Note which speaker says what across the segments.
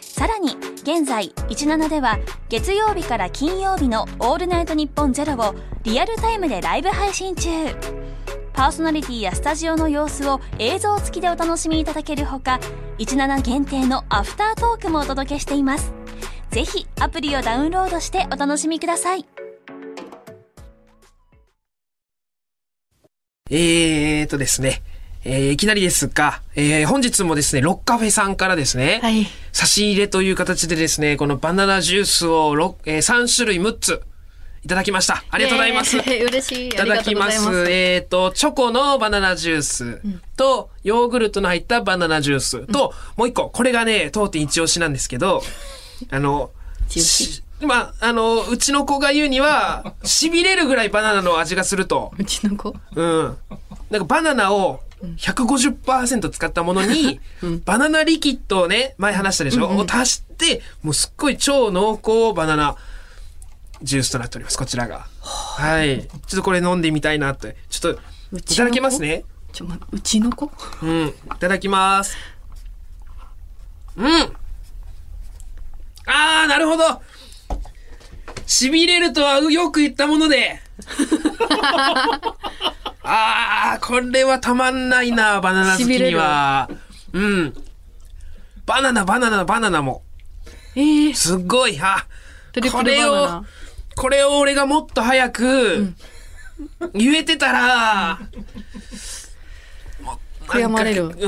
Speaker 1: さらに現在17では月曜日から金曜日の「オールナイトニッポンゼロをリアルタイムでライブ配信中パーソナリティやスタジオの様子を映像付きでお楽しみいただけるほか17限定のアフタートークもお届けしていますぜひアプリをダウンロードしてお楽しみください
Speaker 2: えーとですね、えーいきなりですが、えー本日もですね、ロッカフェさんからですね、
Speaker 3: はい
Speaker 2: 差し入れという形でですね、このバナナジュースをろっ、えー3種類6ついただきました。あ
Speaker 3: あ
Speaker 2: りがとうございます。
Speaker 3: 嬉しい。
Speaker 2: いただきます。
Speaker 3: ありがとうござい
Speaker 2: えっ、と、チョコのバナナジュースと、ヨーグルトの入ったバナナジュースと、もう一個、これがね、当店一押しなんですけど、あの、
Speaker 3: 一押し
Speaker 2: しまあ、あの、うちの子が言うには、痺れるぐらいバナナの味がすると。
Speaker 3: うちの子。
Speaker 2: うん。なんかバナナを150%使ったものに、バナナリキッドをね、前話したでしょ、を足して、もうすっごい超濃厚バナナジュースとなっております、こちらが。はい。ちょっとこれ飲んでみたいなって。ちょっと、
Speaker 3: う
Speaker 2: い
Speaker 3: ち
Speaker 2: ただ
Speaker 3: の子
Speaker 2: きますね。
Speaker 3: ちょ、ま、うちの子
Speaker 2: うん。いただきます。うんあー、なるほど痺れるとはよく言ったもの であー、これはたまんないな、バナナ好きには。うん。バナナ、バナナ、バナナも。
Speaker 3: ええ
Speaker 2: すっごい、あ、
Speaker 3: トリプ
Speaker 2: こ
Speaker 3: ルバ
Speaker 2: れ
Speaker 3: ナ
Speaker 2: を
Speaker 3: ナ。、
Speaker 2: これを俺がもっと早く、言えてたら、
Speaker 3: 悔やまれる
Speaker 2: なんかう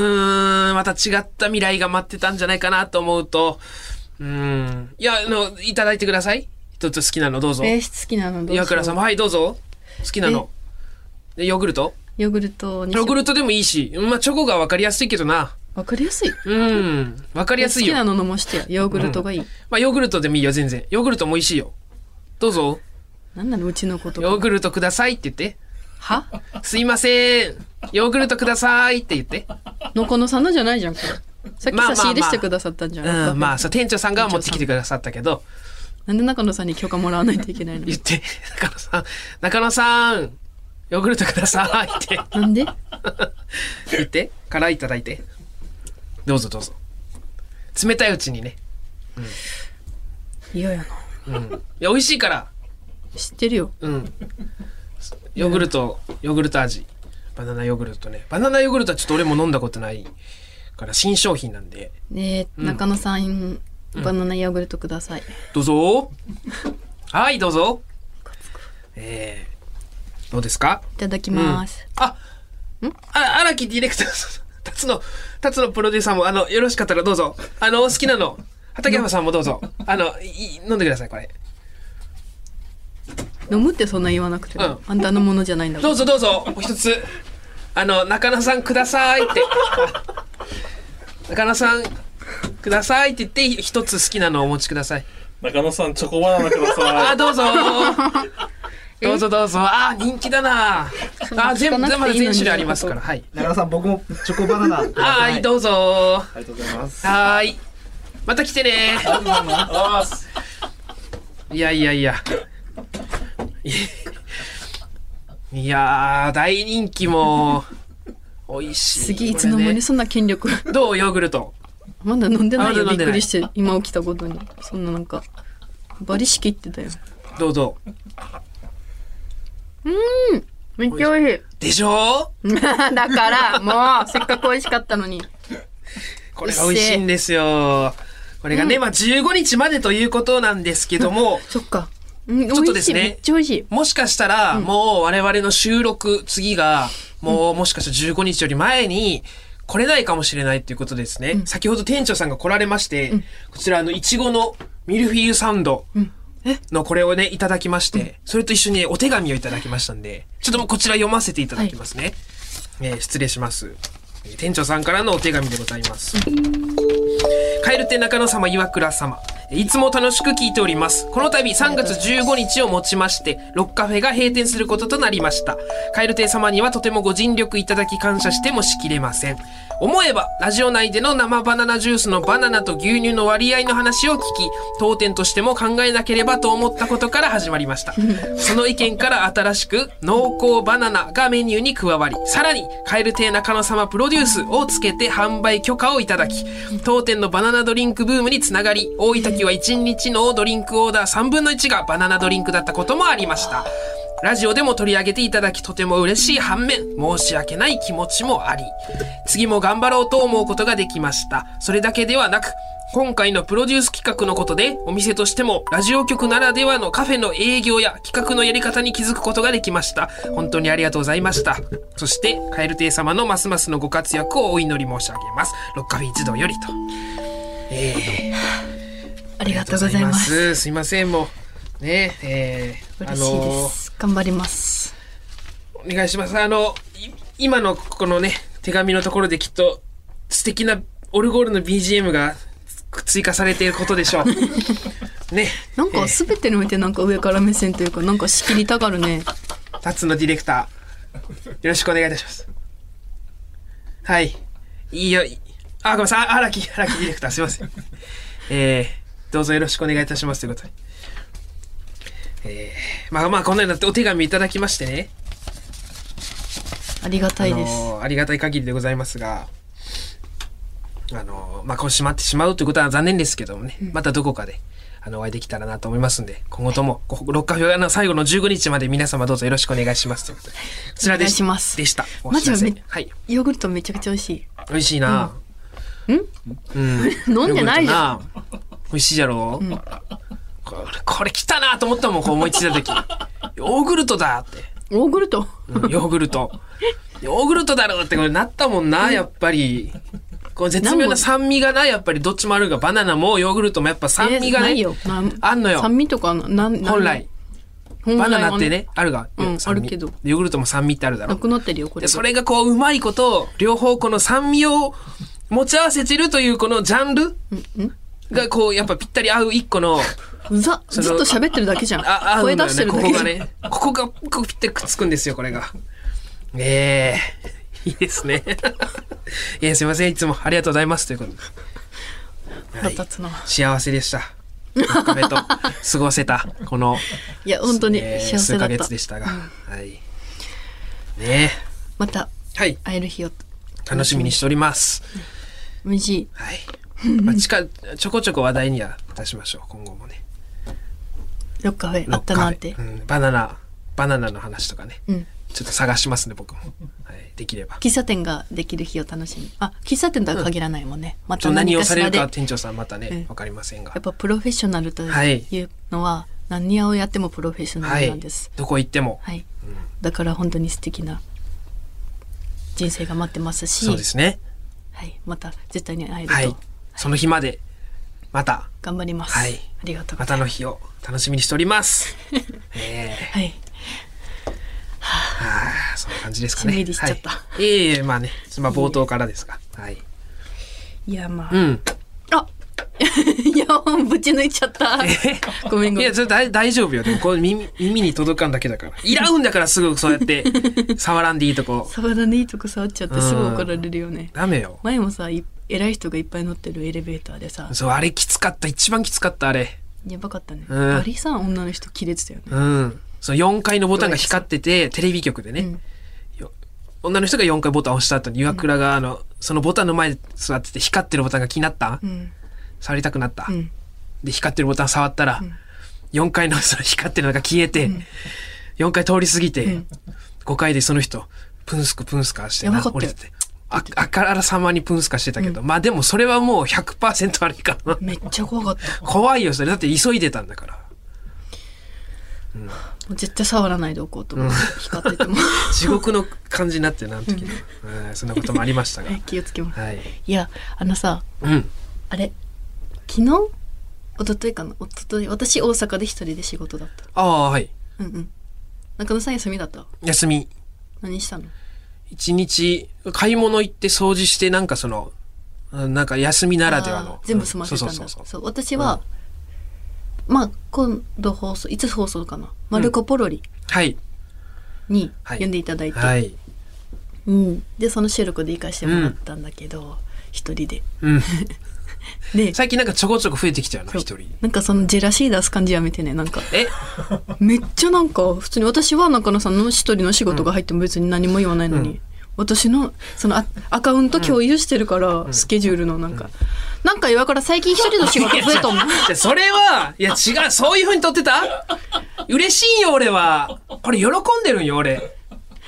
Speaker 2: ーん、また違った未来が待ってたんじゃないかなと思うと、うーん。いや、あの、いただいてください。一つ好きなのどうぞ。
Speaker 3: えー、好きなのどうしよう
Speaker 2: 岩倉さんも、はい、どうぞ。好きなの。でヨーグルト
Speaker 3: ヨーグルトにしよ
Speaker 2: ヨー
Speaker 3: う
Speaker 2: グルトでもいいし、まあ、チョコがわかりやすいけどな。
Speaker 3: わかりやすい。
Speaker 2: うん、わかりやすい
Speaker 3: 好き
Speaker 2: よ。
Speaker 3: なの飲ましてや。ヨーグルトがいい。
Speaker 2: まあ、ヨーグルトでもいいよ、全然。ヨーグルトも美味しいよ。どうぞ。
Speaker 3: なんなのうちの子と
Speaker 2: ヨー
Speaker 3: か。
Speaker 2: グルトくださいって言って。
Speaker 3: は
Speaker 2: すいません。ヨーグルトくださいって言って。
Speaker 3: のこのさんのじゃないじゃん、これ。さっき
Speaker 2: まあまあまあ
Speaker 3: 差し入れしてくださったんじゃん。
Speaker 2: うん、まあ、
Speaker 3: さ
Speaker 2: そう、店長さんが持ってきてくださったけど、
Speaker 3: なんで中野さんに許可もらわないといけないの
Speaker 2: 言って、中野さん、中野さん、ヨーグルトくださいって
Speaker 3: なんで
Speaker 2: 言って、からいただいて。どうぞどうぞ。冷たいうちにね。
Speaker 3: 嫌やな。
Speaker 2: いや、美味しいから。
Speaker 3: 知ってるよ。
Speaker 2: うん。ヨーグルト、ヨーグルト味。バナナヨーグルトね。バナナヨーグルトはちょっと俺も飲んだことないから、新商品なんで。
Speaker 3: ねえ、中野さん、バナナヨーグルトください。
Speaker 2: どうぞ。はい、どうぞ。えー、どうですか
Speaker 3: いただきます。
Speaker 2: あ、あ、荒木ディレクターさん、辰野、辰野プロデューサーも、あの、よろしかったらどうぞ。あの、お好きなの、畠山さんもどうぞ。あの、い飲んでください、これ。
Speaker 3: 飲むってそんな言わなくても、
Speaker 2: うん
Speaker 3: あんたのものじゃないんだか
Speaker 2: ど
Speaker 3: ら
Speaker 2: うぞどうぞ、お一つ。あの、中野さんくださいって。中野さん、くださいって言って、一つ好きなのをお持ちください。
Speaker 4: 中野さん、チョコバナナくださ
Speaker 2: あ、
Speaker 4: い。
Speaker 2: どう ぞ。どうぞどうぞ。あ、人気だな。あ、全部、
Speaker 3: 聞かなくていいのに
Speaker 2: 全部全種類ありますから。はい。
Speaker 5: 中野さん、僕もチョコバナナくださ。
Speaker 2: はいい、どうぞ。
Speaker 5: ありがとうございます。
Speaker 2: はーい。また来てね
Speaker 4: あー
Speaker 2: いやいやいや。いやー、大人気も、美味しい。
Speaker 3: 次いつの間に
Speaker 2: こ
Speaker 3: そんな権力
Speaker 2: れねどうヨーグルト。
Speaker 3: まだ飲んでない
Speaker 2: まだ
Speaker 3: よ
Speaker 2: 飲ん
Speaker 3: びっ
Speaker 2: でない
Speaker 3: くりして今起きたことにそんななんかバリしきってたよ
Speaker 2: どうぞ。
Speaker 3: めっちゃ美味しい
Speaker 2: でしょ
Speaker 3: だからもうせっかく美味しかったのに
Speaker 2: これが美味しいんですよ。これがね、まあ15日までということなんですけども、
Speaker 3: そっかうん
Speaker 2: ちょっとで
Speaker 3: 美味
Speaker 2: す
Speaker 3: しい
Speaker 2: ね
Speaker 3: めっちゃ美味しい
Speaker 2: もしかしたら、もう我々の収録、次が、もうもしかしたら15日より前に、来れないかもしれないっていうことですね。先ほど店長さんが来られまして、こちらあの、いちごのミルフィーユサンドのこれをね、いただきまして、それと一緒にお手紙をいただきましたんで、ちょっともうこちら読ませていただきますね。えー失礼します。えー店長さんからのお手紙でございます。カエル亭中野様、岩倉様。いつも楽しく聞いております。この度3月15日をもちまして、ロックカフェが閉店することとなりました。カエル亭様にはとてもご尽力いただき感謝してもしきれません。思えば、ラジオ内での生バナナジュースのバナナと牛乳の割合の話を聞き、当店としても考えなければと思ったことから始まりました。その意見から新しく、濃厚バナナがメニューに加わり、さらに、カエル亭中野様プロデュースをつけて販売許可をいただき、当店のバナナドリンクブームにつながり、大分期は1日のドリンクオーダー3分の1がバナナドリンクだったこともありました。ラジオでも取り上げていただきとても嬉しい反面、申し訳ない気持ちもあり、次も頑張ろうと思うことができました。それだけではなく、今回のプロデュース企画のことで、お店としても、ラジオ局ならではのカフェの営業や企画のやり方に気づくことができました。本当にありがとうございました。そして、カエル亭様のますますのご活躍をお祈り申し上げます。六カフェ一同よりと。えー
Speaker 3: ありがとうございます。
Speaker 2: す。すいません、もう。ねえ、えー
Speaker 3: 嬉しいです。頑張ります。
Speaker 2: お願いします。あの、い今のこのね、手紙のところできっと、素敵なオルゴールの BGM がつ追加されていることでしょう。 ね、
Speaker 3: なんかすべてにおいてなんか上から目線というかなんか仕切りたがるね。
Speaker 2: 達のディレクター、よろしくお願いいたします。はい。いいよ、いあ、ごめんなさい、あ荒木、荒木ディレクター、すいません。えー、どうぞよろしくお願いいたしますということで。えー、まあまあ、こんなになってお手紙いただきましてね。
Speaker 3: ありがたいです。
Speaker 2: あのーありがたい限りでございますが、あのーまあ、こう閉まってしまうということは残念ですけどもね、またどこかで、あの、お会いできたらなと思いますんで、今後とも、こ六花表の最後の15日まで皆様どうぞよろしくお願いしますということで、こちらで
Speaker 3: お願いします
Speaker 2: でした。お
Speaker 3: マジ
Speaker 2: 知らせ
Speaker 3: め
Speaker 2: はい。
Speaker 3: ヨーグルトめちゃくちゃ美味し
Speaker 2: 美味しいな、うん、
Speaker 3: い。飲んでないじゃん。
Speaker 2: ん。美味しいじゃろ、うこれ、これ来たなと思ったもん、こう思いついた時。ヨーグルトだって。
Speaker 3: ヨーグルト。
Speaker 2: うんヨーグル ト。ヨーグルトだろうってこれなったもんな、やっぱり。この絶妙な酸味がな、やっぱりどっちもあるが、バナナもヨーグルトもやっぱ酸味が
Speaker 3: えーな
Speaker 2: ね
Speaker 3: い、よ。な
Speaker 2: あんのよ
Speaker 3: 酸味とかななん
Speaker 2: 本来。
Speaker 3: 本
Speaker 2: バ
Speaker 3: 来は
Speaker 2: ナナってね、あるが、
Speaker 3: うん
Speaker 2: 酸味
Speaker 3: あるけど
Speaker 2: ヨーグルトも酸味ってあるだろ
Speaker 3: なくなってるよこれ
Speaker 2: で。それがこう、うまいこと、両方この酸味を持ち合わせてるというこのジャンルがこう、やっぱぴったり合う一個の、
Speaker 3: うざず
Speaker 2: の
Speaker 3: っと喋ってるだけじゃん。
Speaker 2: あ、あ
Speaker 3: 声出してるだ
Speaker 2: ここ
Speaker 3: けじ
Speaker 2: が
Speaker 3: ゃん。
Speaker 2: ね、ここが、ここぴったりくっつくんですよ、これが。ええいいですね。 いや、すいません、いつもありがとうございます、ということで。
Speaker 3: 腹立つな。
Speaker 2: 幸せでした。カフェと過ごせた、この、
Speaker 3: いや本当に
Speaker 2: えー
Speaker 3: 幸せ
Speaker 2: 数
Speaker 3: だ
Speaker 2: ヶ
Speaker 3: った
Speaker 2: 月。でしたが。はい。ね
Speaker 3: また
Speaker 2: え。はい。
Speaker 3: 会える日を
Speaker 2: 楽しみにしております。
Speaker 3: 無事
Speaker 2: はい。まあ、近、ちょこちょこ話題には出しましょう、今後もね。
Speaker 3: ロッカフェあったなって
Speaker 2: ロッカ。フェうん、バナナ、バナナの話とかね。
Speaker 3: うん。
Speaker 2: ちょっと探しますね、僕も。はい。できれば。
Speaker 3: 喫茶店ができる日を楽しみ。あ、喫茶店とは限らないもんね。ま
Speaker 2: ちょ
Speaker 3: た
Speaker 2: っと何
Speaker 3: 何
Speaker 2: を
Speaker 3: か
Speaker 2: さ
Speaker 3: し
Speaker 2: れ
Speaker 3: ら
Speaker 2: る
Speaker 3: で。
Speaker 2: か
Speaker 3: や
Speaker 2: は店長さんまた
Speaker 3: うん
Speaker 2: ね、わかりませんが
Speaker 3: っ。ぱプロフェッショナルと
Speaker 2: はい
Speaker 3: いうのは何屋をやってもプロフェッショナ
Speaker 2: は
Speaker 3: ルなん
Speaker 2: い
Speaker 3: です。。
Speaker 2: どこ行っても。
Speaker 3: はい。だから本当に素敵な人生が待ってますし、
Speaker 2: そうですね。
Speaker 3: はい。また絶対に会え
Speaker 2: は
Speaker 3: る
Speaker 2: い
Speaker 3: と。
Speaker 2: その日まで、また、
Speaker 3: 頑張ります。
Speaker 2: はい
Speaker 3: ありがとうご
Speaker 2: ま
Speaker 3: ざ
Speaker 2: た
Speaker 3: い
Speaker 2: の
Speaker 3: ます。
Speaker 2: 日を楽しみにしており ます。ええ
Speaker 3: はい。
Speaker 2: ああ、そんな感じですかね。
Speaker 3: しんみりしちゃった
Speaker 2: はい、いえいえ、まあね、まあ冒頭からですが。はい。
Speaker 3: いや、まあ。
Speaker 2: うん。
Speaker 3: あイヤホンぶち抜いちゃ った。ごめんご
Speaker 2: い
Speaker 3: め
Speaker 2: や、
Speaker 3: ん。
Speaker 2: それ大大丈夫よ。でもこう耳耳に届かんだけだ から。いらうんだからすぐそうやって、触らんでいいとこ。
Speaker 3: 触らないいとこ触っちゃってすぐ怒られるよね。
Speaker 2: ダメよ。
Speaker 3: 前もさ、い偉い人がいっぱい乗ってるエレベーターでさ、
Speaker 2: そう、あれきつかった。一番きつかった、あれ。
Speaker 3: やばかったね。
Speaker 2: うん
Speaker 3: バリさん女の人切れてたよね。
Speaker 2: うん。その4階のボタンが光ってて、テレビ局でね、
Speaker 3: ん
Speaker 2: よ女の人が4回ボタンを押した後に岩倉が、あの、そのボタンの前で座ってて光ってるボタンが気になった、
Speaker 3: うん。
Speaker 2: 触りたくなった、
Speaker 3: うん。
Speaker 2: で、光ってるボタン触ったら、4階のその光ってるのが消えて、4階通り過ぎて、5階でその人、プンスクプンスカして
Speaker 3: や
Speaker 2: な
Speaker 3: ばか、った
Speaker 2: 降
Speaker 3: よ
Speaker 2: りてて。あ、あからさまにプンスカしてたけど、まあでもそれはもう100%悪いからな。
Speaker 3: めっちゃ怖かった。
Speaker 2: 怖いよ、それ。だって急いでたんだから。
Speaker 3: もう絶対触らないでおこうと思って、光ってて も。
Speaker 2: 地獄の感じになってるなあの時の、うん、そんなこともありましたが
Speaker 3: 気をつけます。
Speaker 2: はい
Speaker 3: いや、あのさ、
Speaker 2: うん
Speaker 3: あれ、昨日一昨日かな一昨日私大阪で一人で仕事だった。
Speaker 2: ああはい
Speaker 3: うんうん。中野さん休みだった
Speaker 2: 休み
Speaker 3: 何したの
Speaker 2: 一日買い物行って掃除してなんかそのうんなんか休みならでは
Speaker 3: あ
Speaker 2: の
Speaker 3: ー全部済ませたんだ、
Speaker 2: うんそ
Speaker 3: そう
Speaker 2: そううそうそう
Speaker 3: 私は、まあ今度放送いつ放送かな「マルコ・ポロリ
Speaker 2: はい」
Speaker 3: に
Speaker 2: はい
Speaker 3: 呼んでいただいて、
Speaker 2: はい
Speaker 3: うん、でその収録で行かしてもらったんだけど、一人で
Speaker 2: うん
Speaker 3: で
Speaker 2: 最近なんかちょこちょこ増えてきたよな
Speaker 3: そう
Speaker 2: 一人
Speaker 3: なんかそのジェラシー出す感じやめてねなんか
Speaker 2: え
Speaker 3: めっちゃなんか普通に私は中野さんの一人の仕事が入っても別に何も言わないのに、私のそのアアカウント共有してるから、スケジュールのなんか、なんか言わから最近一人の 仕事増えたもん
Speaker 2: じゃあそれはいや違うそういう風に撮ってた嬉しいよ俺はこれ喜んでるんよ俺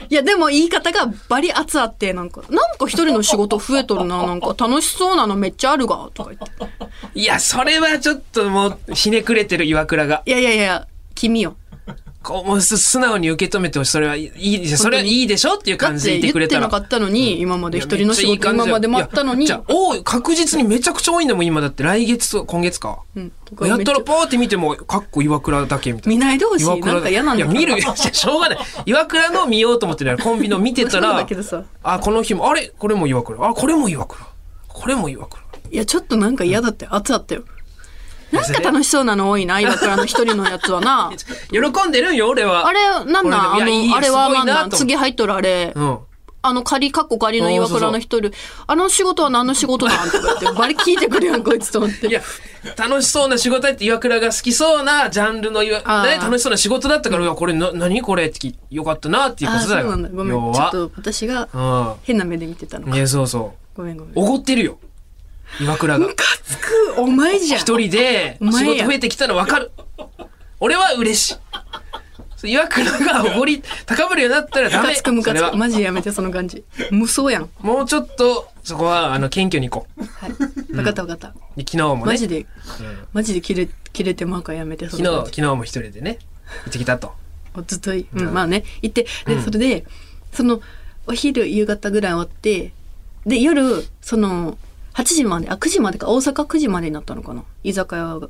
Speaker 3: いやでも言い方がバリ熱あってなんかなんか一人の仕事増えとるななん か楽しそうなのめっちゃあるがとか言って
Speaker 2: いやそれはちょっともうひねくれてる岩倉が
Speaker 3: いやいやいや君よ
Speaker 2: こうもうす素直に受け止めてほしいそれはいいいやそれはいいでしょっていう
Speaker 3: だ
Speaker 2: 感
Speaker 3: っ
Speaker 2: じで
Speaker 3: て
Speaker 2: いてく
Speaker 3: 言
Speaker 2: れ
Speaker 3: って
Speaker 2: たら
Speaker 3: なかったのに、今まで一人の仕
Speaker 2: いやめっちゃい
Speaker 3: 事
Speaker 2: い感じだ
Speaker 3: 今
Speaker 2: よ
Speaker 3: まで待ったの
Speaker 2: いや
Speaker 3: に
Speaker 2: じゃあ多い確実にめちゃくちゃ多いんだもん今だって来月と今月か、
Speaker 3: うんとか
Speaker 2: やったら
Speaker 3: めっち
Speaker 2: パーって見てもかっこ岩倉だけみたい
Speaker 3: 見
Speaker 2: な。
Speaker 3: ないでほし
Speaker 2: 岩
Speaker 3: い
Speaker 2: 倉
Speaker 3: なんか嫌なんだ
Speaker 2: いや見る いやしょうがない岩倉の見ようと思ってないコンビの見てた
Speaker 3: そう
Speaker 2: ら
Speaker 3: だけどさ
Speaker 2: あこの日もあれこれも岩倉あこれも岩倉これも岩倉
Speaker 3: いやちょっとなんか嫌だって熱あったよなんか楽しそうなの多 いな岩倉の一人のやつはな
Speaker 2: 喜んでるんよ俺は
Speaker 3: あれなんなんあ
Speaker 2: 俺でもいやいい
Speaker 3: の
Speaker 2: よ
Speaker 3: あれはなん
Speaker 2: すごいなと
Speaker 3: な
Speaker 2: 思
Speaker 3: ん
Speaker 2: って
Speaker 3: 次入っとるあれ
Speaker 2: うん
Speaker 3: あの仮かっこ仮の岩倉の一人あの仕事は何の仕事なんとか言ってバリ聞いてくるやんこいつと思っ
Speaker 2: い
Speaker 3: て
Speaker 2: や楽しそうな仕事やって岩倉が好きそうなジャンルの岩、
Speaker 3: あ
Speaker 2: ね、
Speaker 3: ー
Speaker 2: 楽しそうな仕事だったからうわこれな何これって聞いよかったなっていうこ
Speaker 3: あ
Speaker 2: と
Speaker 3: そう
Speaker 2: だよ
Speaker 3: なんだごめんち
Speaker 2: 要
Speaker 3: ょ
Speaker 2: は
Speaker 3: っと私が変な目で見てたの
Speaker 2: うんいやそうそう
Speaker 3: ごめんごめん
Speaker 2: おごってるよ岩倉が
Speaker 3: つく お前じゃん
Speaker 2: 一人で
Speaker 3: お前
Speaker 2: 仕
Speaker 3: や
Speaker 2: 事増えてきたの分かる俺は嬉しいそう岩倉がおごり高ぶるようになったら
Speaker 3: ム
Speaker 2: ダ
Speaker 3: カ
Speaker 2: メ
Speaker 3: つくム
Speaker 2: そ
Speaker 3: カつ
Speaker 2: れ
Speaker 3: く
Speaker 2: は
Speaker 3: マジやめてその感じ無双やん
Speaker 2: もうちょっとそこはあの謙虚に行こう
Speaker 3: はい分かった分かった
Speaker 2: で昨日も
Speaker 3: マ
Speaker 2: ね
Speaker 3: ジでマジで切れ切れてまうからやめてそ
Speaker 2: 昨
Speaker 3: の
Speaker 2: 日
Speaker 3: 感じ
Speaker 2: 昨日も一人でね行ってきたと
Speaker 3: おずっとい、うん、まあね行ってでそれでそのお昼夕方ぐらい終わってで夜その8時まであ9時までか大阪9時までになったのかな居酒屋が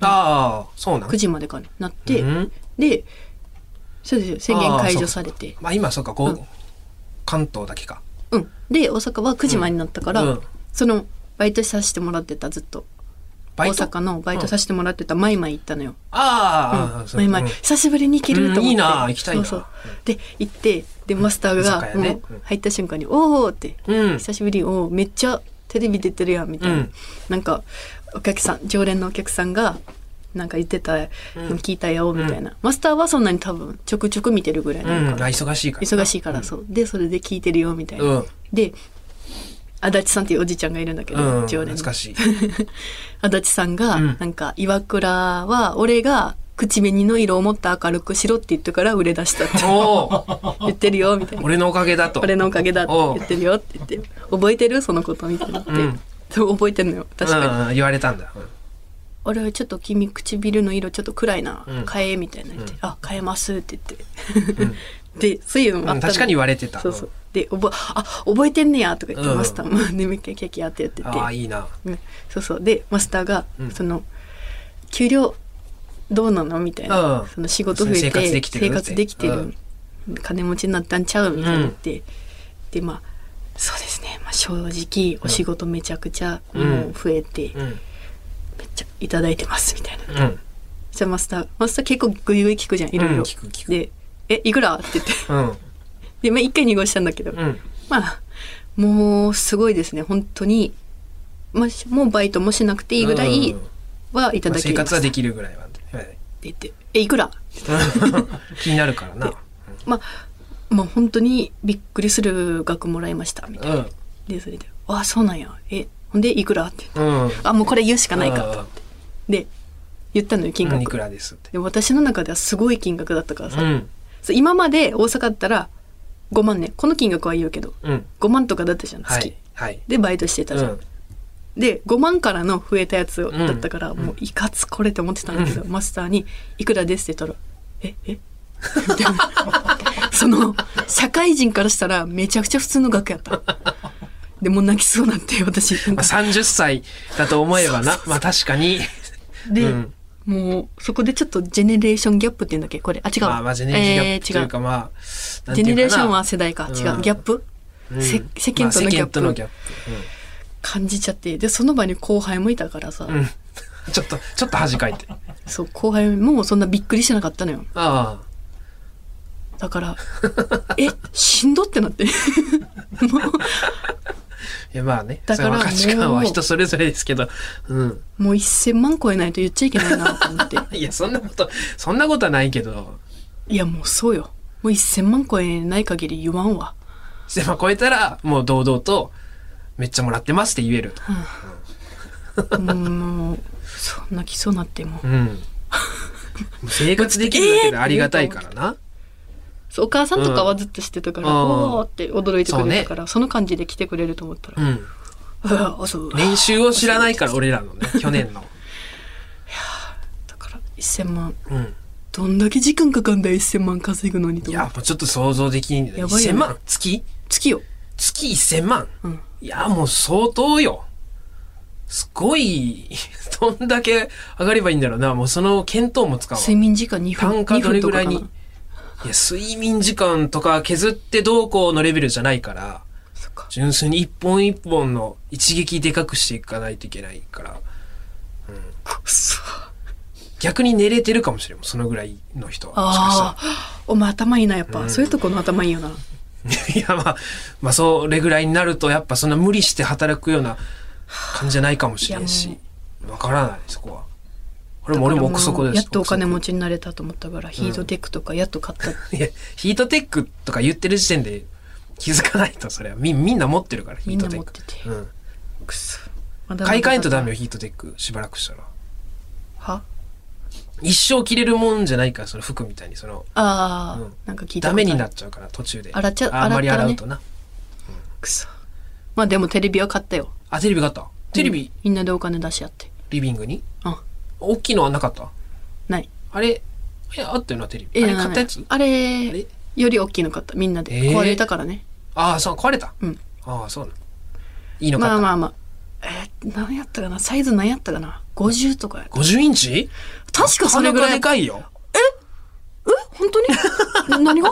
Speaker 2: ああそうなん
Speaker 3: 9時までかになって、
Speaker 2: うん
Speaker 3: でそうですよ宣言解除されて
Speaker 2: まあ今そうかこう
Speaker 3: うん
Speaker 2: 関東だけか
Speaker 3: うんで大阪は9時までになったから、
Speaker 2: うんうん
Speaker 3: そのバイトさせてもらってたずっと
Speaker 2: バ
Speaker 3: 大
Speaker 2: イト
Speaker 3: 阪のバイトさせてもらってたマイマイ行ったのよ、
Speaker 2: ああ、
Speaker 3: うん
Speaker 2: そう
Speaker 3: マイマイ
Speaker 2: うん
Speaker 3: 久しぶりに行けると思って、
Speaker 2: うんいいな行きたいな
Speaker 3: そうそうで行ってでマスター
Speaker 2: 居酒
Speaker 3: が
Speaker 2: 屋ね
Speaker 3: もう入った瞬間に「おお!」って
Speaker 2: うん
Speaker 3: 久しぶりおーめっちゃテレビ出てるやんみたいな、
Speaker 2: うん
Speaker 3: なんかお客さん常連のお客さんがなんか言ってた、聞いたよみたいな、マスターはそんなに多分ちょくちょく見てるぐらいな
Speaker 2: うん
Speaker 3: の
Speaker 2: あ
Speaker 3: かな、
Speaker 2: 忙しいから
Speaker 3: 忙しいから、そうでそれで聞いてるよみたいな、
Speaker 2: うん
Speaker 3: で足立さんっていうおじちゃんがいるんだけど、
Speaker 2: うん
Speaker 3: 常
Speaker 2: 懐
Speaker 3: 連の
Speaker 2: か しい
Speaker 3: 足立さんが、
Speaker 2: うん
Speaker 3: なんか岩倉は俺が口紅の色をもっと明るくしろって言ったから売れ出した って
Speaker 2: おー
Speaker 3: 言ってるよみたいな
Speaker 2: 俺のおかげだと
Speaker 3: 俺のおかげだって言ってるよって言って覚えてるそのことみたいになって、
Speaker 2: うん
Speaker 3: そう覚えてんのよ確かに、
Speaker 2: うんうん、言われたんだ、うん
Speaker 3: 俺はちょっと君唇の色ちょっと暗いな、
Speaker 2: うん
Speaker 3: 変えみたいな言って、あ変えますって言って、 でそういうのもあ
Speaker 2: う
Speaker 3: っ
Speaker 2: ん
Speaker 3: たの
Speaker 2: 確かに言われてた
Speaker 3: そうそうで覚えあ覚えてんねやとか言って、
Speaker 2: うん
Speaker 3: マスターも 「眠気キャキャってやってて
Speaker 2: ああいいな
Speaker 3: うんそうそうでマスターが、その給料どうなのみたいな、
Speaker 2: うん
Speaker 3: その仕事増えて
Speaker 2: 生活できてる
Speaker 3: 生活できてる
Speaker 2: うん
Speaker 3: 金持ちになったんちゃうみたいな言って、でまあそうですね、まあ、正直お仕事めちゃくちゃもう増えて、
Speaker 2: うんうん
Speaker 3: めっちゃいただいてますみたいな、
Speaker 2: うん
Speaker 3: じゃあマスターマスター結構グイグイ聞くじゃんいろいろ、
Speaker 2: うん聞く聞く
Speaker 3: で「えいくら?」って言って
Speaker 2: うん
Speaker 3: でまあ一回濁したんだけど、
Speaker 2: うん
Speaker 3: まあもうすごいですね本当にまあしもうバイトもしなくていいぐらい
Speaker 2: うん
Speaker 3: はいた
Speaker 2: まあ
Speaker 3: だ
Speaker 2: 生
Speaker 3: けま
Speaker 2: 活
Speaker 3: すっ
Speaker 2: は
Speaker 3: て
Speaker 2: できるぐらいは、 はい
Speaker 3: 言って「えいくら?
Speaker 2: 気になるからな」
Speaker 3: まあまあ本当にびっくりする額もらいましたみたいな、でそれで「ああそうなんやえほんでいくら?」って
Speaker 2: うんうん
Speaker 3: 「あもうこれ言うしかないか」と
Speaker 2: うん
Speaker 3: で言ったのよ金
Speaker 2: うんい
Speaker 3: 額
Speaker 2: くらですって
Speaker 3: で私の中ではすごい金額だったから
Speaker 2: う
Speaker 3: さ、
Speaker 2: ん
Speaker 3: そう今まで大阪だったら5万ねこの金額は言うけど
Speaker 2: うん
Speaker 3: 5万とかだったじゃん
Speaker 2: は
Speaker 3: 月、
Speaker 2: いはい
Speaker 3: でバイトして
Speaker 2: う
Speaker 3: たじゃん
Speaker 2: ん
Speaker 3: で5万からの増えたやつ
Speaker 2: ん
Speaker 3: だったから、もういかつこれって思ってたんだけど、マスターに「いくらです」って言ったら「ええみたいな その社会人からしたらめちゃくちゃ普通の額やったでもう泣きそうになって私なん
Speaker 2: まあ
Speaker 3: か
Speaker 2: 30歳だと思えばなまあ確かに
Speaker 3: で、
Speaker 2: うん
Speaker 3: もうそこでちょっとジェネレーションギャップって言うんだっけこれあ違うわ、
Speaker 2: まあまあジェネレーションギャップとい
Speaker 3: えー違
Speaker 2: う
Speaker 3: う
Speaker 2: かまあなんて
Speaker 3: ジ
Speaker 2: いうかな
Speaker 3: ェネレーションは世代か、違
Speaker 2: う
Speaker 3: うんギャップ、
Speaker 2: うん
Speaker 3: せ世間とのギャップ,、
Speaker 2: まあ世間とのギャップ
Speaker 3: 感じちゃってでその場に後輩もいたからさ、
Speaker 2: うん。 ちょっと、ちょっと恥かいて。
Speaker 3: そう後輩もそんなびっくりしてなかったのよ
Speaker 2: あ
Speaker 3: だからえしんどってなって もう
Speaker 2: あ。いや、まあね。
Speaker 3: だから
Speaker 2: それは価値観
Speaker 3: も
Speaker 2: は
Speaker 3: う
Speaker 2: 人それぞれですけど。うん。
Speaker 3: もう1,000万超えないと言っちゃいけないなと思って
Speaker 2: いや、そんなこと、そんなことはないけど。
Speaker 3: いやもうそうよもう1,000万超えない限り言わんわ
Speaker 2: で、まあ、超えたら、もう堂々と、めっちゃもらってますって言えると。
Speaker 3: もうそんな基礎なってもう
Speaker 2: うん。もう生活できるだけでありがたいからな。
Speaker 3: そうお母さんとかはずっとしてたから、
Speaker 2: うん
Speaker 3: おーって驚いてくれたからそ,、の感じで来てくれると思ったら、
Speaker 2: うん。
Speaker 3: ああそう
Speaker 2: 練習を知らないから、俺らのね、去年の。
Speaker 3: だから1,000万
Speaker 2: うん。
Speaker 3: どんだけ時間かかんだよ1,000万稼ぐのにと
Speaker 2: い
Speaker 3: 思っ
Speaker 2: や、もうちょっと想像できん。
Speaker 3: やばいよ
Speaker 2: 1000万月
Speaker 3: て月よ
Speaker 2: 月1000万、
Speaker 3: うん
Speaker 2: いや、もう相当よ。すごい、 どんだけ上がればいいんだろうな。もうその検討も使うわ。
Speaker 3: 睡眠時間2
Speaker 2: 単
Speaker 3: 分
Speaker 2: 価どれぐらいに。
Speaker 3: 2
Speaker 2: い
Speaker 3: 分とかか
Speaker 2: や、睡眠時間とか削ってどうこうのレベルじゃないから、
Speaker 3: なそっか
Speaker 2: 純粋に一本一本の一撃でかくしていかないといけないから、
Speaker 3: くそ
Speaker 2: 逆に寝れてるかもしれん。そのぐらいの人は。もしかしたら
Speaker 3: ああお前頭いいなやっぱ、そういうとこの頭いいよない
Speaker 2: や、まあ、まあ、それぐらいになると、やっぱそんな無理して働くような感じじゃないかもしれん
Speaker 3: いや
Speaker 2: し、わからない、そこは。俺も、俺も奥底です。
Speaker 3: やっとお金持
Speaker 2: ち。
Speaker 3: ちになれたと思ったから、ヒートテックとかやっと買った
Speaker 2: いや、ヒートテックとか言ってる時点で気づかないと、それは。み、みんな持ってるから、ヒー
Speaker 3: みん
Speaker 2: ト
Speaker 3: な
Speaker 2: テ
Speaker 3: 持
Speaker 2: ック。
Speaker 3: ってて、
Speaker 2: うん。
Speaker 3: くそまだまだ
Speaker 2: 買い替えんとダメよ、ヒートテック。しばらくしたら。
Speaker 3: は
Speaker 2: 一生着れるもんじゃないから、その服みたいに、その、
Speaker 3: ああ、
Speaker 2: うん
Speaker 3: なんか聞いた
Speaker 2: ダメにな
Speaker 3: っ
Speaker 2: っちゃうから、途中で。
Speaker 3: 洗っちゃ
Speaker 2: あんまり
Speaker 3: 洗
Speaker 2: 洗
Speaker 3: っ
Speaker 2: う
Speaker 3: た
Speaker 2: とな。
Speaker 3: くそまあでもテレビは買ったよ
Speaker 2: あ、テレビがあったテレビ、
Speaker 3: みんなでお金出し合って
Speaker 2: リビングに
Speaker 3: うん
Speaker 2: 大きいのはなかった
Speaker 3: ない
Speaker 2: あれ、いや、あったよな、テレ
Speaker 3: え
Speaker 2: ビ。あれ、
Speaker 3: ない
Speaker 2: 買ったやつ
Speaker 3: あれ
Speaker 2: あれ
Speaker 3: より大きいの買ったみんなで、
Speaker 2: えー
Speaker 3: 壊れたからね
Speaker 2: ああ、そう、壊れた。
Speaker 3: うん
Speaker 2: ああ、そうなの。いいのかった。
Speaker 3: まあまあまあえー、何やったかなサイズ何やったかな50とかや
Speaker 2: 50インチ
Speaker 3: 確かそれ
Speaker 2: な
Speaker 3: ぐ
Speaker 2: からないかでかいよ。
Speaker 3: 本当に何が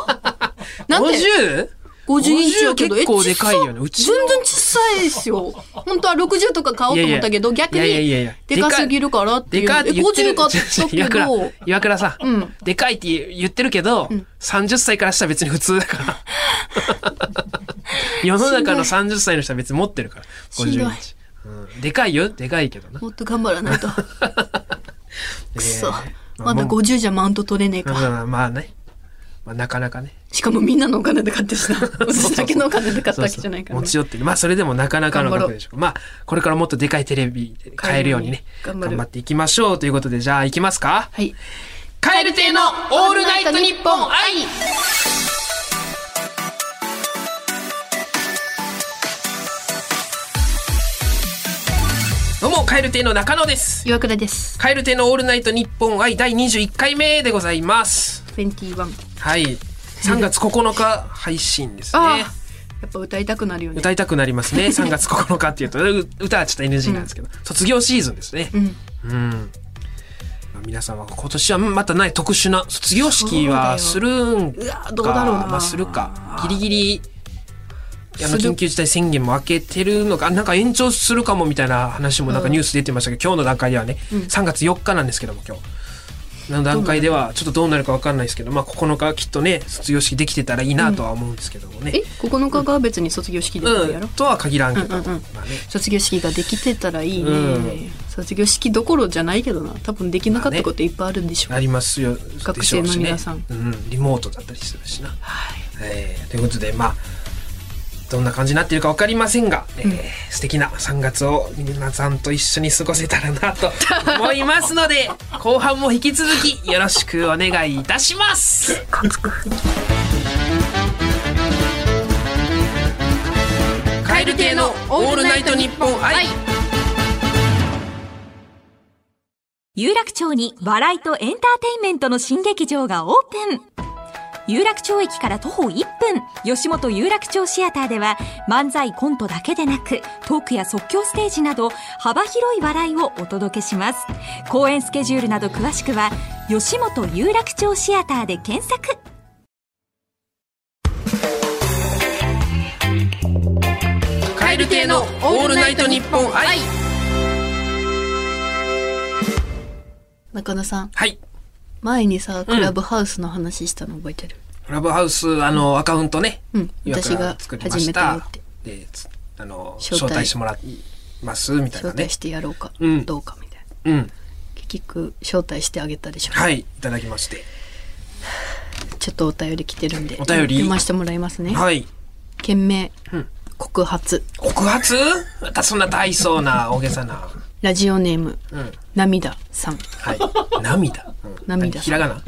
Speaker 3: なんで
Speaker 2: 50?
Speaker 3: 50インチやけど
Speaker 2: 結構
Speaker 3: え
Speaker 2: でかいよね。うち
Speaker 3: 全然小さいですよ本当は60とか買おうと思ったけど
Speaker 2: いやいや
Speaker 3: 逆に
Speaker 2: いやいやいや
Speaker 3: でかすぎるからってい
Speaker 2: で
Speaker 3: う
Speaker 2: かいって
Speaker 3: え
Speaker 2: 言ってる。
Speaker 3: 50買ったけ
Speaker 2: 岩倉
Speaker 3: ど、
Speaker 2: 岩倉さ
Speaker 3: うんん。
Speaker 2: でかいって言ってるけど、30歳からしたら別に普通だから。世の中の30歳の人は別に持ってるから。
Speaker 3: しんど
Speaker 2: 50
Speaker 3: い
Speaker 2: インチ。うんでかいよ。でかいけどな。
Speaker 3: もっと頑張 らないとくそ
Speaker 2: ねえ
Speaker 3: まだ50じゃマウント取れねえか
Speaker 2: まあまあね。まあなかなかね。
Speaker 3: しかもみんなのお金で買ってしな私だけのお金で買ったわけじゃないから
Speaker 2: 持
Speaker 3: ね
Speaker 2: ち寄ってねまあそれでもなかなかの額でしょう。まあこれからもっとでかいテレビ買えるようにね
Speaker 3: 買
Speaker 2: 頑
Speaker 3: えるよう
Speaker 2: 張
Speaker 3: に頑張る
Speaker 2: っていきましょうということでじゃあ行きますか。
Speaker 3: はい
Speaker 2: カエル亭のオールナイトニッポン愛どうもカエル亭の中野です。
Speaker 3: 岩倉です
Speaker 2: カエル亭のオールナイトニッポン愛第21回目でございます。
Speaker 3: 21
Speaker 2: はい。3月9日配信です
Speaker 3: ああ
Speaker 2: ね
Speaker 3: や。っぱ歌いたくなるよね
Speaker 2: 歌いたくなりますね。3月9日っていうと、う歌はちょっと NG なんですけど、卒業シーズンですね。
Speaker 3: うん
Speaker 2: うん。まあ皆さんは今年はまたない特殊な卒業式はす
Speaker 3: そう
Speaker 2: るん
Speaker 3: うわ
Speaker 2: か、
Speaker 3: どうだろうな
Speaker 2: まあするか。ギリギリ、あの
Speaker 3: する
Speaker 2: 緊急事態宣言も明けてるのか、あなんか延長するかもみたいな話もなんかニュース出てましたけど、今日の段階ではね、3月4日なんですけども今日。の段階ではちょっとどうなるかわかんないですけど、まあ9日きっとね、卒業式できてたらいいなとは思うんですけどもね。
Speaker 3: え9日が別に卒業式で
Speaker 2: う
Speaker 3: やろ
Speaker 2: ん、とは限らんけど、
Speaker 3: うんうんうん
Speaker 2: まあね
Speaker 3: 卒業式ができてたらいいね、
Speaker 2: うん
Speaker 3: 卒業式どころじゃないけどな多分できなかったこといっぱいあるんでしょう、
Speaker 2: ありますよ
Speaker 3: 学生の皆さん
Speaker 2: でしょうしねうん、リモートだったりするしな、
Speaker 3: はい
Speaker 2: えーということでまあどんな感じになっているか分かりませんが、えー素敵な3月を皆さんと一緒に過ごせたらなと思いますの で後半も引き続きよろしくお願いいたしますカエル亭のオールナイトニッポン愛
Speaker 1: 有楽町に笑いとエンターテインメントの新劇場がオープン有楽町駅から徒歩1分吉本有楽町シアターでは漫才コントだけでなくトークや即興ステージなど幅広い笑いをお届けします公演スケジュールなど詳しくは吉本有楽町シアターで検索
Speaker 2: カエル亭のオールナイトニッポン愛。
Speaker 3: 中野さん
Speaker 2: はい。
Speaker 3: 前にさクラブハウスの話したの覚えてる
Speaker 2: クラブハウス、あの、アカウントね。
Speaker 3: うん
Speaker 2: 岩
Speaker 3: 私
Speaker 2: 倉
Speaker 3: が
Speaker 2: 作りま
Speaker 3: 初
Speaker 2: し
Speaker 3: めて持
Speaker 2: た
Speaker 3: って
Speaker 2: で、つあの、
Speaker 3: 招待
Speaker 2: 招待してもらいます、みたい
Speaker 3: 招
Speaker 2: なね
Speaker 3: 待し。てやろうか
Speaker 2: うん
Speaker 3: どうかみたい
Speaker 2: う
Speaker 3: な
Speaker 2: ん。
Speaker 3: 結局招待してあげたでしょ
Speaker 2: はい、いただきまして。
Speaker 3: ちょっとお便り来てるんで
Speaker 2: お便り
Speaker 3: 読ましてもらいますね
Speaker 2: はい。
Speaker 3: 件名
Speaker 2: うん
Speaker 3: 告発
Speaker 2: 告発またそんな大層 な、大げさな。
Speaker 3: ラジオネーム
Speaker 2: うん。
Speaker 3: 涙さん
Speaker 2: はい。涙。うん
Speaker 3: 涙
Speaker 2: ひらがな。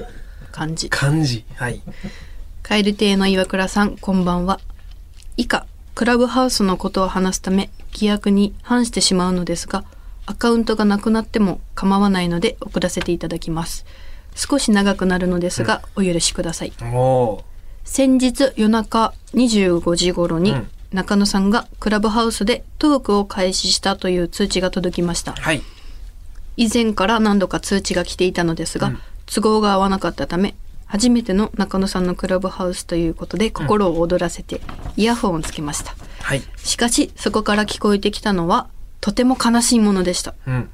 Speaker 3: 漢字
Speaker 2: 漢字。はい。
Speaker 3: カエル亭の岩倉さんこんばんは以下クラブハウスのことを話すため規約に反してしまうのですがアカウントがなくなっても構わないので送らせていただきます少し長くなるのですが、お許しください
Speaker 2: も
Speaker 3: 先日夜中25時頃に、
Speaker 2: うん
Speaker 3: 中野さんがクラブハウスでトークを開始したという通知が届きました
Speaker 2: う、はい。
Speaker 3: 以前から何度か通知が来ていたのですが、都合が合わなかったため初めての中野さんのクラブハウスということで心を躍らせてイヤホンをつけました、
Speaker 2: はい。
Speaker 3: しかしそこから聞こえてきたのはとても悲しいものでした
Speaker 2: うん。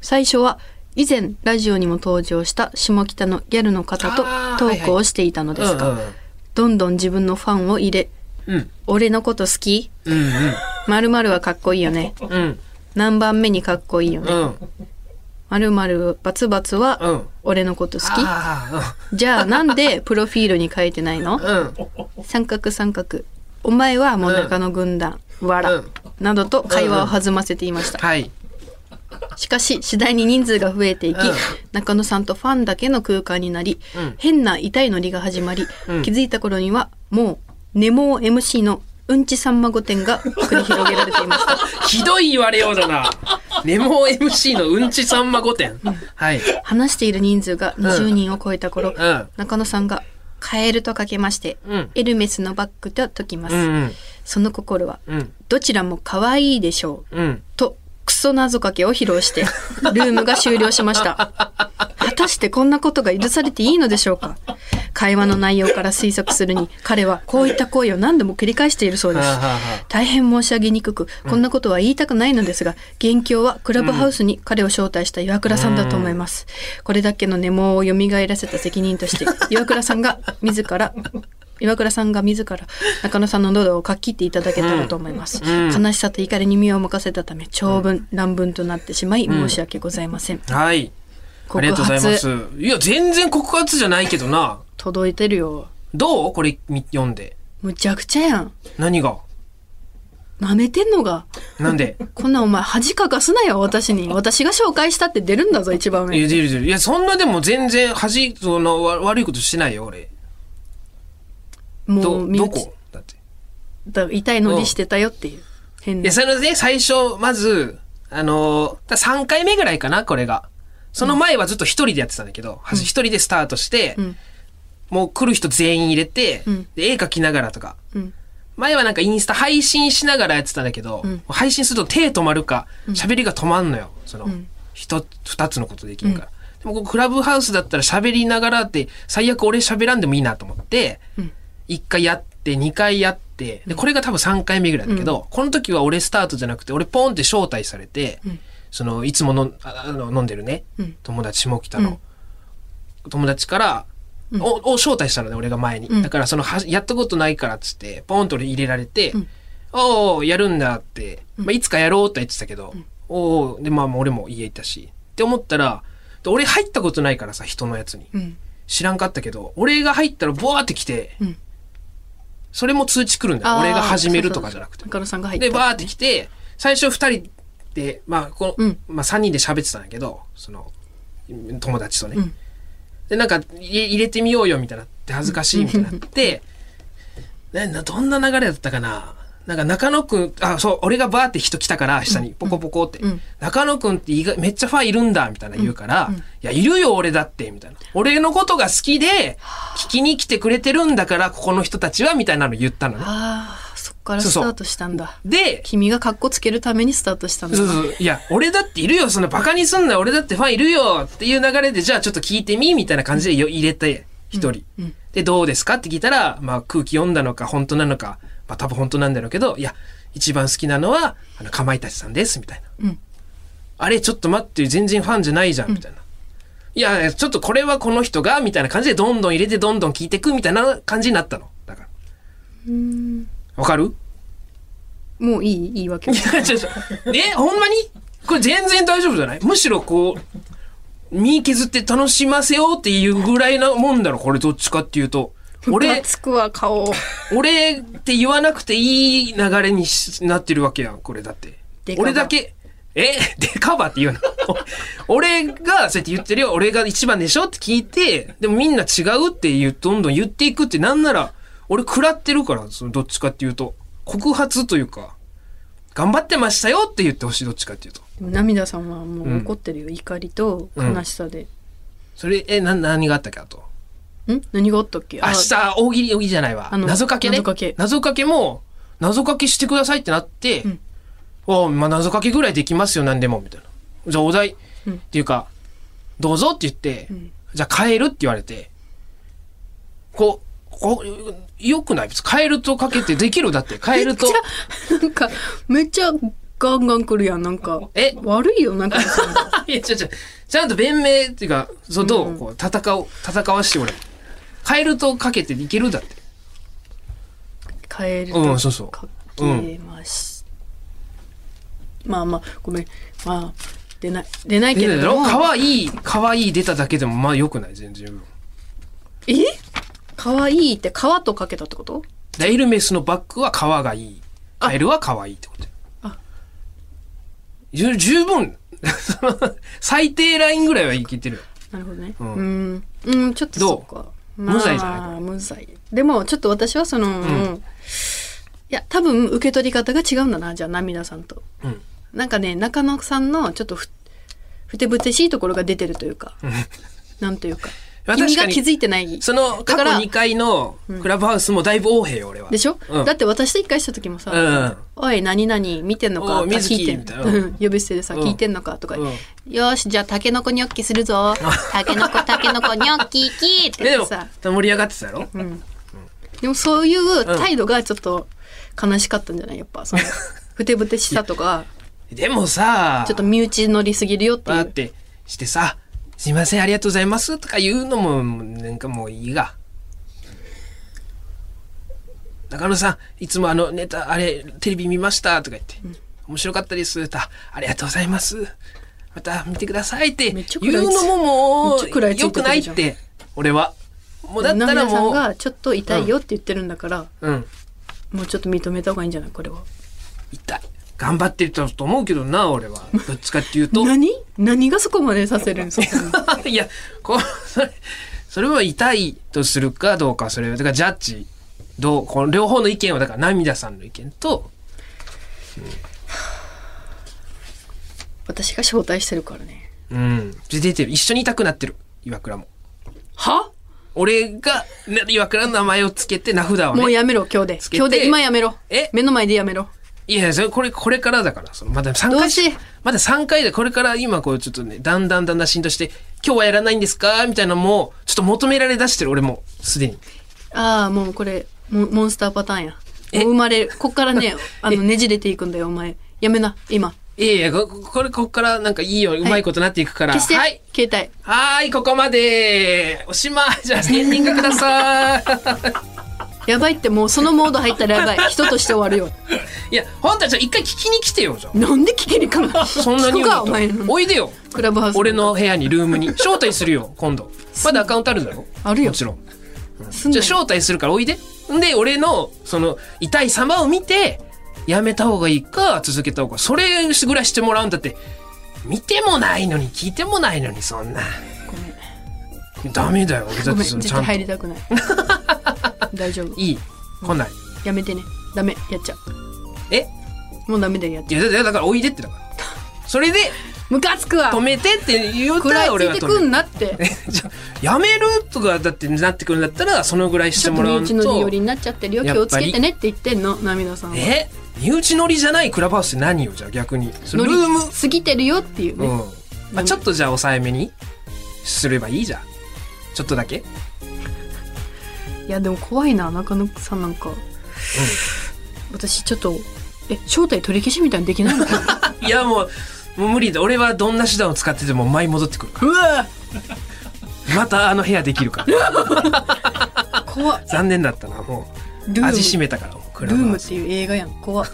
Speaker 3: 最初は以前ラジオにも登場した下北のギャルの方と
Speaker 2: あー
Speaker 3: トークをしていたのですが、
Speaker 2: うんうん
Speaker 3: どんどん自分のファンを入れ
Speaker 2: うん。
Speaker 3: 「俺のこと好き?
Speaker 2: うんうん」
Speaker 3: 「まるはかっこいいよね」
Speaker 2: うん。
Speaker 3: 「何番目にかっこいいよ
Speaker 2: う
Speaker 3: ね」
Speaker 2: ん。
Speaker 3: 「まるバツバツ
Speaker 2: う
Speaker 3: は
Speaker 2: ん
Speaker 3: 俺のこと好き?」
Speaker 2: あ
Speaker 3: じゃあなんでプロフィールに書いてないの
Speaker 2: あ、うん。
Speaker 3: 三角三角。お前はもう中野軍団、わら、
Speaker 2: うん
Speaker 3: などと会話を弾ませていました。
Speaker 2: はい。
Speaker 3: しかし次第に人数が増えていき、
Speaker 2: うん
Speaker 3: 中野さんとファンだけの空間になり、
Speaker 2: うん
Speaker 3: 変な痛いノリが始まり、
Speaker 2: うん
Speaker 3: 気づいた頃にはもうネモー MC のうんちさんま御殿が繰り広げられてい ました。
Speaker 2: ひどい言われようだな。ネモ MC のうんちさんま御殿。はい。
Speaker 3: 話している人数が20人を超えた頃、
Speaker 2: うん。
Speaker 3: 中野さんがカエルとかけまして、
Speaker 2: うん
Speaker 3: エルメスのバッグと解きます。
Speaker 2: うん。
Speaker 3: その心は
Speaker 2: うん。
Speaker 3: どちらも可愛いでしょう。
Speaker 2: うん。
Speaker 3: と、クソ謎かけを披露して、ルームが終了しました。果たしてこんなことが許されていいのでしょうか会話の内容から推測するに、彼はこういった行為を何度も繰り返しているそうです
Speaker 2: はあはあはあ。
Speaker 3: 大変申し上げにくく、こんなことは言いたくないのですが、元凶はクラブハウスに彼を招待した岩倉さんだと思います。これだけのネモを蘇らせた責任 として、岩倉さんが自ら、岩倉さんが自ら中野さんの喉をかき切っていただけたらと思います。
Speaker 2: うん
Speaker 3: 悲しさと怒りに身を任せたため長文、乱文となってしまい申し訳ございません、
Speaker 2: はい。あ
Speaker 3: 告
Speaker 2: りがとうございます
Speaker 3: 発。
Speaker 2: いや、全然告発じゃないけどな。
Speaker 3: 届いてるよ
Speaker 2: どうこれみ読んで。
Speaker 3: むちゃくちゃやん
Speaker 2: 何が
Speaker 3: なめてんのが
Speaker 2: なん で
Speaker 3: こんなんお前恥かかすなよ私に私が紹介したって出るんだぞ一番
Speaker 2: いや、
Speaker 3: 上
Speaker 2: 出る出る。いや、そんなでも全然恥、その、わ悪いことしてないよ、俺。
Speaker 3: もう
Speaker 2: ど、
Speaker 3: 身
Speaker 2: ど
Speaker 3: 内
Speaker 2: こだって。
Speaker 3: だ痛いのりしてたよっていう変
Speaker 2: いや、
Speaker 3: な
Speaker 2: それね、最初、まず、あのー、3回目ぐらいかな、これが。その前はずっと一人でやってたんだけど、はじ一、人でスタートして、
Speaker 3: うん
Speaker 2: もう来る人全員入れて、
Speaker 3: うん
Speaker 2: で絵描きながらとか。
Speaker 3: うん
Speaker 2: 前はなんかインスタ配信しながらやってたんだけど、
Speaker 3: ん
Speaker 2: もう配信すると手止まるか、喋りが止まんのよ。その
Speaker 3: ん、
Speaker 2: 一、二つのことできるから。でもここクラブハウスだったら喋りながらって、最悪俺喋らんでもいいなと思って、
Speaker 3: ん
Speaker 2: 一回やって、二回やって、で、これが多分三回目ぐらいだけど、この時は俺スタートじゃなくて、俺ポンって招待されて、その、いつものああの飲んでるね、
Speaker 3: うん
Speaker 2: 友達下北の、友達から、をを招待したのね、俺が前に。
Speaker 3: ん
Speaker 2: だから、その、はやったことないからっつって、ポンと俺入れられて、
Speaker 3: ん
Speaker 2: おうおうやるんだって、まあ、いつかやろうって言ってたけど、おうおうで、まあ、もう俺も家行ったし、って思ったら、で俺入ったことないからさ、人のやつに。
Speaker 3: うん
Speaker 2: 知らんかったけど、俺が入ったらボワーって来て、
Speaker 3: うん
Speaker 2: それも通知来るんだよ。
Speaker 3: あー
Speaker 2: 俺が始めるとかじゃなくて
Speaker 3: そうそう。中野さんが入った
Speaker 2: で、バーって来て、最初二人で、まあ、この、
Speaker 3: うん
Speaker 2: まあ三人で喋ってたんだけど、その、友達とね。
Speaker 3: うん
Speaker 2: で、なんか、い入れてみようよ、みたいになって、恥ずかしい、みたいになって、ななどんな流れだったかななんか中野くん、あ、そう、俺がバーって人来たから、下にポコポコって、
Speaker 3: うん
Speaker 2: 中野くんって意外めっちゃファンいるんだ、みたいな言うから、いや、いるよ、俺だって、みたいな。俺のことが好きで、聞きに来てくれてるんだから、ここの人たちは、みたいなの言ったのね。
Speaker 3: あーそっから
Speaker 2: そう
Speaker 3: ス
Speaker 2: そう
Speaker 3: タートしたんだ
Speaker 2: で、
Speaker 3: 君がカッコつけるためにスタートしたんだ
Speaker 2: そうそう。いや、俺だっているよ、そんなバカにすんな、俺だってファンいるよっていう流れで、じゃあちょっと聞いてみみたいな感じでよ入れて、一人、で、どうですかって聞いたら、まあ空気読んだのか、本当なのか、まあ多分本当なんだろうけど、いや、一番好きなのは、あの、かまいたちさんです、みたいな。
Speaker 3: うん
Speaker 2: あれ、ちょっと待って、全然ファンじゃないじゃん、みたいな。いや、ちょっとこれはこの人が、みたいな感じでどんどん入れてどんどん聞いてく、みたいな感じになったの。だから。わかる
Speaker 3: もういいいいわけ。
Speaker 2: ちょちょえ、ほんまにこれ全然大丈夫じゃないむしろこう、身削って楽しませようっていうぐらいなもんだろ、これどっちかっていうと。
Speaker 3: 俺
Speaker 2: 俺、
Speaker 3: つくわ顔。
Speaker 2: 俺って言わなくていい流れにしなってるわけやん、これだって
Speaker 3: デ。カバ
Speaker 2: 俺だけ、え デカバって言うな。お 俺が、そうやって言ってるよ、俺が一番でしょって聞いて、でもみんな違うって言う、どんどん言っていくって、なんなら、俺食らってるから、そのどっちかっていうと。告発というか、頑張ってましたよって言ってほしい、どっちかっていうと。
Speaker 3: でも涙さんはもう怒ってるよ、怒りと悲しさで。
Speaker 2: それ、え、な、何があったっけ、あと。
Speaker 3: ん何があったっけ
Speaker 2: 明日、大喜利、大喜利じゃないわ。
Speaker 3: あの
Speaker 2: 謎かけね。
Speaker 3: 謎かけ
Speaker 2: 謎かけも、謎かけしてくださいってなって、
Speaker 3: ん
Speaker 2: あまあ謎かけぐらいできますよ、何でも、みたいな。じゃあお題、
Speaker 3: うん
Speaker 2: っていうか、どうぞって言って、
Speaker 3: ん
Speaker 2: じゃあ変えるって言われて、こう、こう、よくない別に変えるとかけてできるだ って、変えると。
Speaker 3: あなんかめっちゃガンガン来るやんなんか。
Speaker 2: え
Speaker 3: 悪いよなんかその。
Speaker 2: いや、ちょちょ、ちゃんと弁明っていうか、そう、ど
Speaker 3: うん
Speaker 2: う、こう、戦おう、戦わしてもらう。変えるとかけていけるだって。
Speaker 3: カエル
Speaker 2: う
Speaker 3: と
Speaker 2: んそうそう
Speaker 3: かけまし、まあまあごめんまあ出ない出ないけ
Speaker 2: 出た
Speaker 3: れ
Speaker 2: だ
Speaker 3: ど
Speaker 2: ろ
Speaker 3: も
Speaker 2: かわいい、かわいい出ただけでも、まあよくない、全然。
Speaker 3: えかわいいって皮とかけたってこと
Speaker 2: ダイルメスのバッグは皮がいい。カエルは可愛いってこと
Speaker 3: あ
Speaker 2: 十十分、 その最低ラインぐらいはいけてるよ。
Speaker 3: なるほどねう
Speaker 2: うん
Speaker 3: んうんちょっと
Speaker 2: どう
Speaker 3: そうかまあ
Speaker 2: 無罪じゃないこ
Speaker 3: 無罪でもちょっと私はその、いや多分受け取り方が違うんだなじゃあ涙さんと、
Speaker 2: うん
Speaker 3: なんかね中野さんのちょっとふふてぶてしいところが出てるというかなんとい うか
Speaker 2: まあ
Speaker 3: 君
Speaker 2: 確か
Speaker 3: が気
Speaker 2: に、
Speaker 3: づいてない
Speaker 2: その過
Speaker 3: だから
Speaker 2: 去2回のクラブハウスもだいぶ横兵よ、俺は。
Speaker 3: でしょ、
Speaker 2: うん
Speaker 3: だって私と一回した時もさ「
Speaker 2: うん
Speaker 3: おい何々見てんのか」
Speaker 2: おう水木
Speaker 3: 聞いてん
Speaker 2: みたい
Speaker 3: の
Speaker 2: な
Speaker 3: うん 呼び捨てでさ、
Speaker 2: うん
Speaker 3: 聞いてんのか」とか、
Speaker 2: うん
Speaker 3: よーしじゃあタケノコニョッキする ぞタケノコタケノコニョッキキー」って
Speaker 2: で
Speaker 3: 言っ
Speaker 2: も
Speaker 3: てさ、
Speaker 2: 盛り上がってたやろ
Speaker 3: うん、でもそういう態度がちょっと悲しかったんじゃないやっぱそのふてぶてしさ とか
Speaker 2: でもさ、
Speaker 3: ちょっと身内乗りすぎるよってい
Speaker 2: バーっ
Speaker 3: う
Speaker 2: てしてさ、すいません、ありがとうございますとか言うのも、なんかもういいが。中野さん、いつもあのネタ、あれ、テレビ見ましたとか言って、面白かったですとか、ありがとうございます。また見てくださいって
Speaker 3: めっちゃ食ら
Speaker 2: 言
Speaker 3: いうつ
Speaker 2: のもも
Speaker 3: めっちゃ食ら
Speaker 2: う、
Speaker 3: いつい
Speaker 2: 良
Speaker 3: て
Speaker 2: く
Speaker 3: く
Speaker 2: な
Speaker 3: る
Speaker 2: い
Speaker 3: じゃ
Speaker 2: っ
Speaker 3: ん
Speaker 2: て、俺は。もうだったら
Speaker 3: 涙さん
Speaker 2: もう、
Speaker 3: がちょっと痛いよって言ってるんだから、
Speaker 2: うん、
Speaker 3: もうちょっと認めた方がいいんじゃないこれは
Speaker 2: 痛い。頑張ってると思うけどな、俺は。どっちかっていうと。
Speaker 3: 何何がそこまでさせるんそこ に
Speaker 2: いや、こう、 それ、それは痛いとするかどうか、それは、だからジャッジ、どう、この両方の意見は、だから涙さんの意見と、
Speaker 3: 私が招待してるからね
Speaker 2: うん、で出てる。一緒に痛くなってる、岩倉も。
Speaker 3: は
Speaker 2: 俺が、ね岩倉の名前をつけて名札を
Speaker 3: もう
Speaker 2: ね。
Speaker 3: やめろ今日で
Speaker 2: つけて
Speaker 3: 今日で今やめろ
Speaker 2: え
Speaker 3: 目の前でやめろ
Speaker 2: いやいや、それ、これ、これからだから、そのまだ3
Speaker 3: どう
Speaker 2: 回
Speaker 3: し
Speaker 2: まだ3回で、これから今、こう、ちょっとね、だんだんだんだん浸透して、今日はやらないんですかみたいなのも、ちょっと求められ出してる、俺も、すでに。
Speaker 3: ああもうこれモンモンスターパターンやもう
Speaker 2: え
Speaker 3: 生まれこっから ねあのねじれていくんだよお前やめな今
Speaker 2: いやいや、ここれ、こっから、なんかいいよ、うまいことなっていくから。
Speaker 3: 消して、
Speaker 2: はい。
Speaker 3: 携帯
Speaker 2: はーい、ここまで。おしまい。じゃあ、エンディングください。
Speaker 3: やばいってもうそのモード入ったら やばい人として終わるよ
Speaker 2: いや、本当はじゃあ一回聞きに来てよ、じゃ
Speaker 3: なんで聞けにかな
Speaker 2: あ。そんなに言
Speaker 3: 聞く
Speaker 2: う
Speaker 3: かお前
Speaker 2: んだと。
Speaker 3: の
Speaker 2: おいでよ。
Speaker 3: クラブハウス
Speaker 2: 俺の部屋に、ルームに。招待するよ、今度。まだアカウントあるんだろ
Speaker 3: あるよ
Speaker 2: もちろん。
Speaker 3: すん
Speaker 2: じ
Speaker 3: な
Speaker 2: ゃあ、
Speaker 3: よ
Speaker 2: 招待するからおいで。んで、俺の、その、痛い様を見て、やめた方がいいか、続けた方が。それぐらいしてもらうんだって、見てもないのに、聞いてもないのに、そんな。
Speaker 3: ごめん
Speaker 2: ダメだよ、俺だ
Speaker 3: ご
Speaker 2: っ
Speaker 3: めん
Speaker 2: てその、
Speaker 3: 絶
Speaker 2: ちゃん
Speaker 3: 対
Speaker 2: と。
Speaker 3: 入
Speaker 2: い
Speaker 3: りたくない大丈夫
Speaker 2: い。来ない。
Speaker 3: やめてねダメやっちゃう
Speaker 2: え
Speaker 3: もうダメだよやっ
Speaker 2: い
Speaker 3: ちゃ
Speaker 2: や、だだだから、おいでってだから。それで、
Speaker 3: うムカつくわ
Speaker 2: 止めてって言う
Speaker 3: 食
Speaker 2: た
Speaker 3: らい
Speaker 2: ら
Speaker 3: つ
Speaker 2: 俺
Speaker 3: い
Speaker 2: は
Speaker 3: て
Speaker 2: 止
Speaker 3: く
Speaker 2: め
Speaker 3: ん
Speaker 2: る。
Speaker 3: なって
Speaker 2: じゃやめるとかだってなってくるんだったら、そのぐらいし
Speaker 3: ち
Speaker 2: て
Speaker 3: ょっと
Speaker 2: もら
Speaker 3: 身
Speaker 2: う
Speaker 3: 内の寄
Speaker 2: と
Speaker 3: り。になっちゃってるよ気
Speaker 2: やっ
Speaker 3: をつ
Speaker 2: ぱり
Speaker 3: けてねって言ってんの涙さんは
Speaker 2: え身内乗りじゃないクラブハウスって何よ、じゃあ逆に。そのルーム。
Speaker 3: 過ぎてるよっていう
Speaker 2: う
Speaker 3: ね、
Speaker 2: ん。まあちょっとじゃあ抑えめにすればいいじゃん。ちょっとだけ。
Speaker 3: いやでも怖いな中野さんなんか、私ちょっとえ招待取り消しみたいにできないのか
Speaker 2: いやもうもう無理だ俺はどんな手段を使ってても舞い戻ってくるか
Speaker 3: うわ
Speaker 2: らまたあの部屋できるから
Speaker 3: 怖っ
Speaker 2: 残念だったなも
Speaker 3: ル
Speaker 2: う
Speaker 3: ーム
Speaker 2: 味しめたからもうク
Speaker 3: ル
Speaker 2: ラ
Speaker 3: ー
Speaker 2: ブハ
Speaker 3: ム
Speaker 2: ウ
Speaker 3: っ
Speaker 2: ス
Speaker 3: ていう映画やん怖っ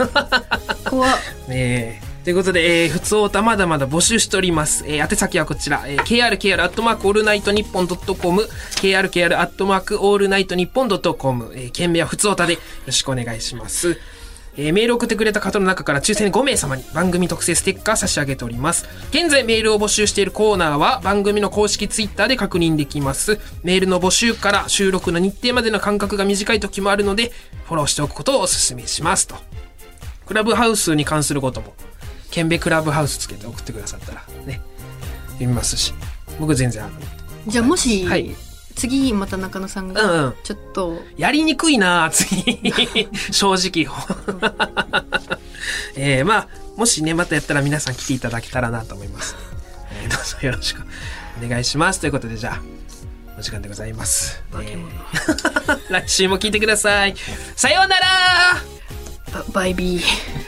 Speaker 3: 怖っ
Speaker 2: えーということで、えー、普通おたまだまだ募集しております。えー、宛先はこちら、えー、krkr アットマークオールナイトニッポンドットコム、krkr アットマークオールナイトニッポンドットコム、えー、件名は普通おたでよろしくお願いします。えー、メールを送ってくれた方の中から抽選5名様に番組特製ステッカー差し上げております。現在メールを募集しているコーナーは番組の公式ツイッターで確認できます。メールの募集から収録の日程までの間隔が短い時もあるので、フォローしておくことをお勧めしますと。クラブハウスに関することも、ケンベクラブハウスつけて送ってくださったらね、読みますし、僕全然あ
Speaker 3: じゃあもし、
Speaker 2: はい
Speaker 3: 次また中野さん
Speaker 2: の、うん
Speaker 3: が
Speaker 2: うん。
Speaker 3: ちょっと
Speaker 2: やりにくいな次。 正直。えー、まあ、もしね、またやったら皆さん来ていただけたらなと思います。えーどうぞよろしくお願いします。ということで、じゃあ、お時間でございます。え ー来週も聞いてください。さようなら
Speaker 3: ババイビー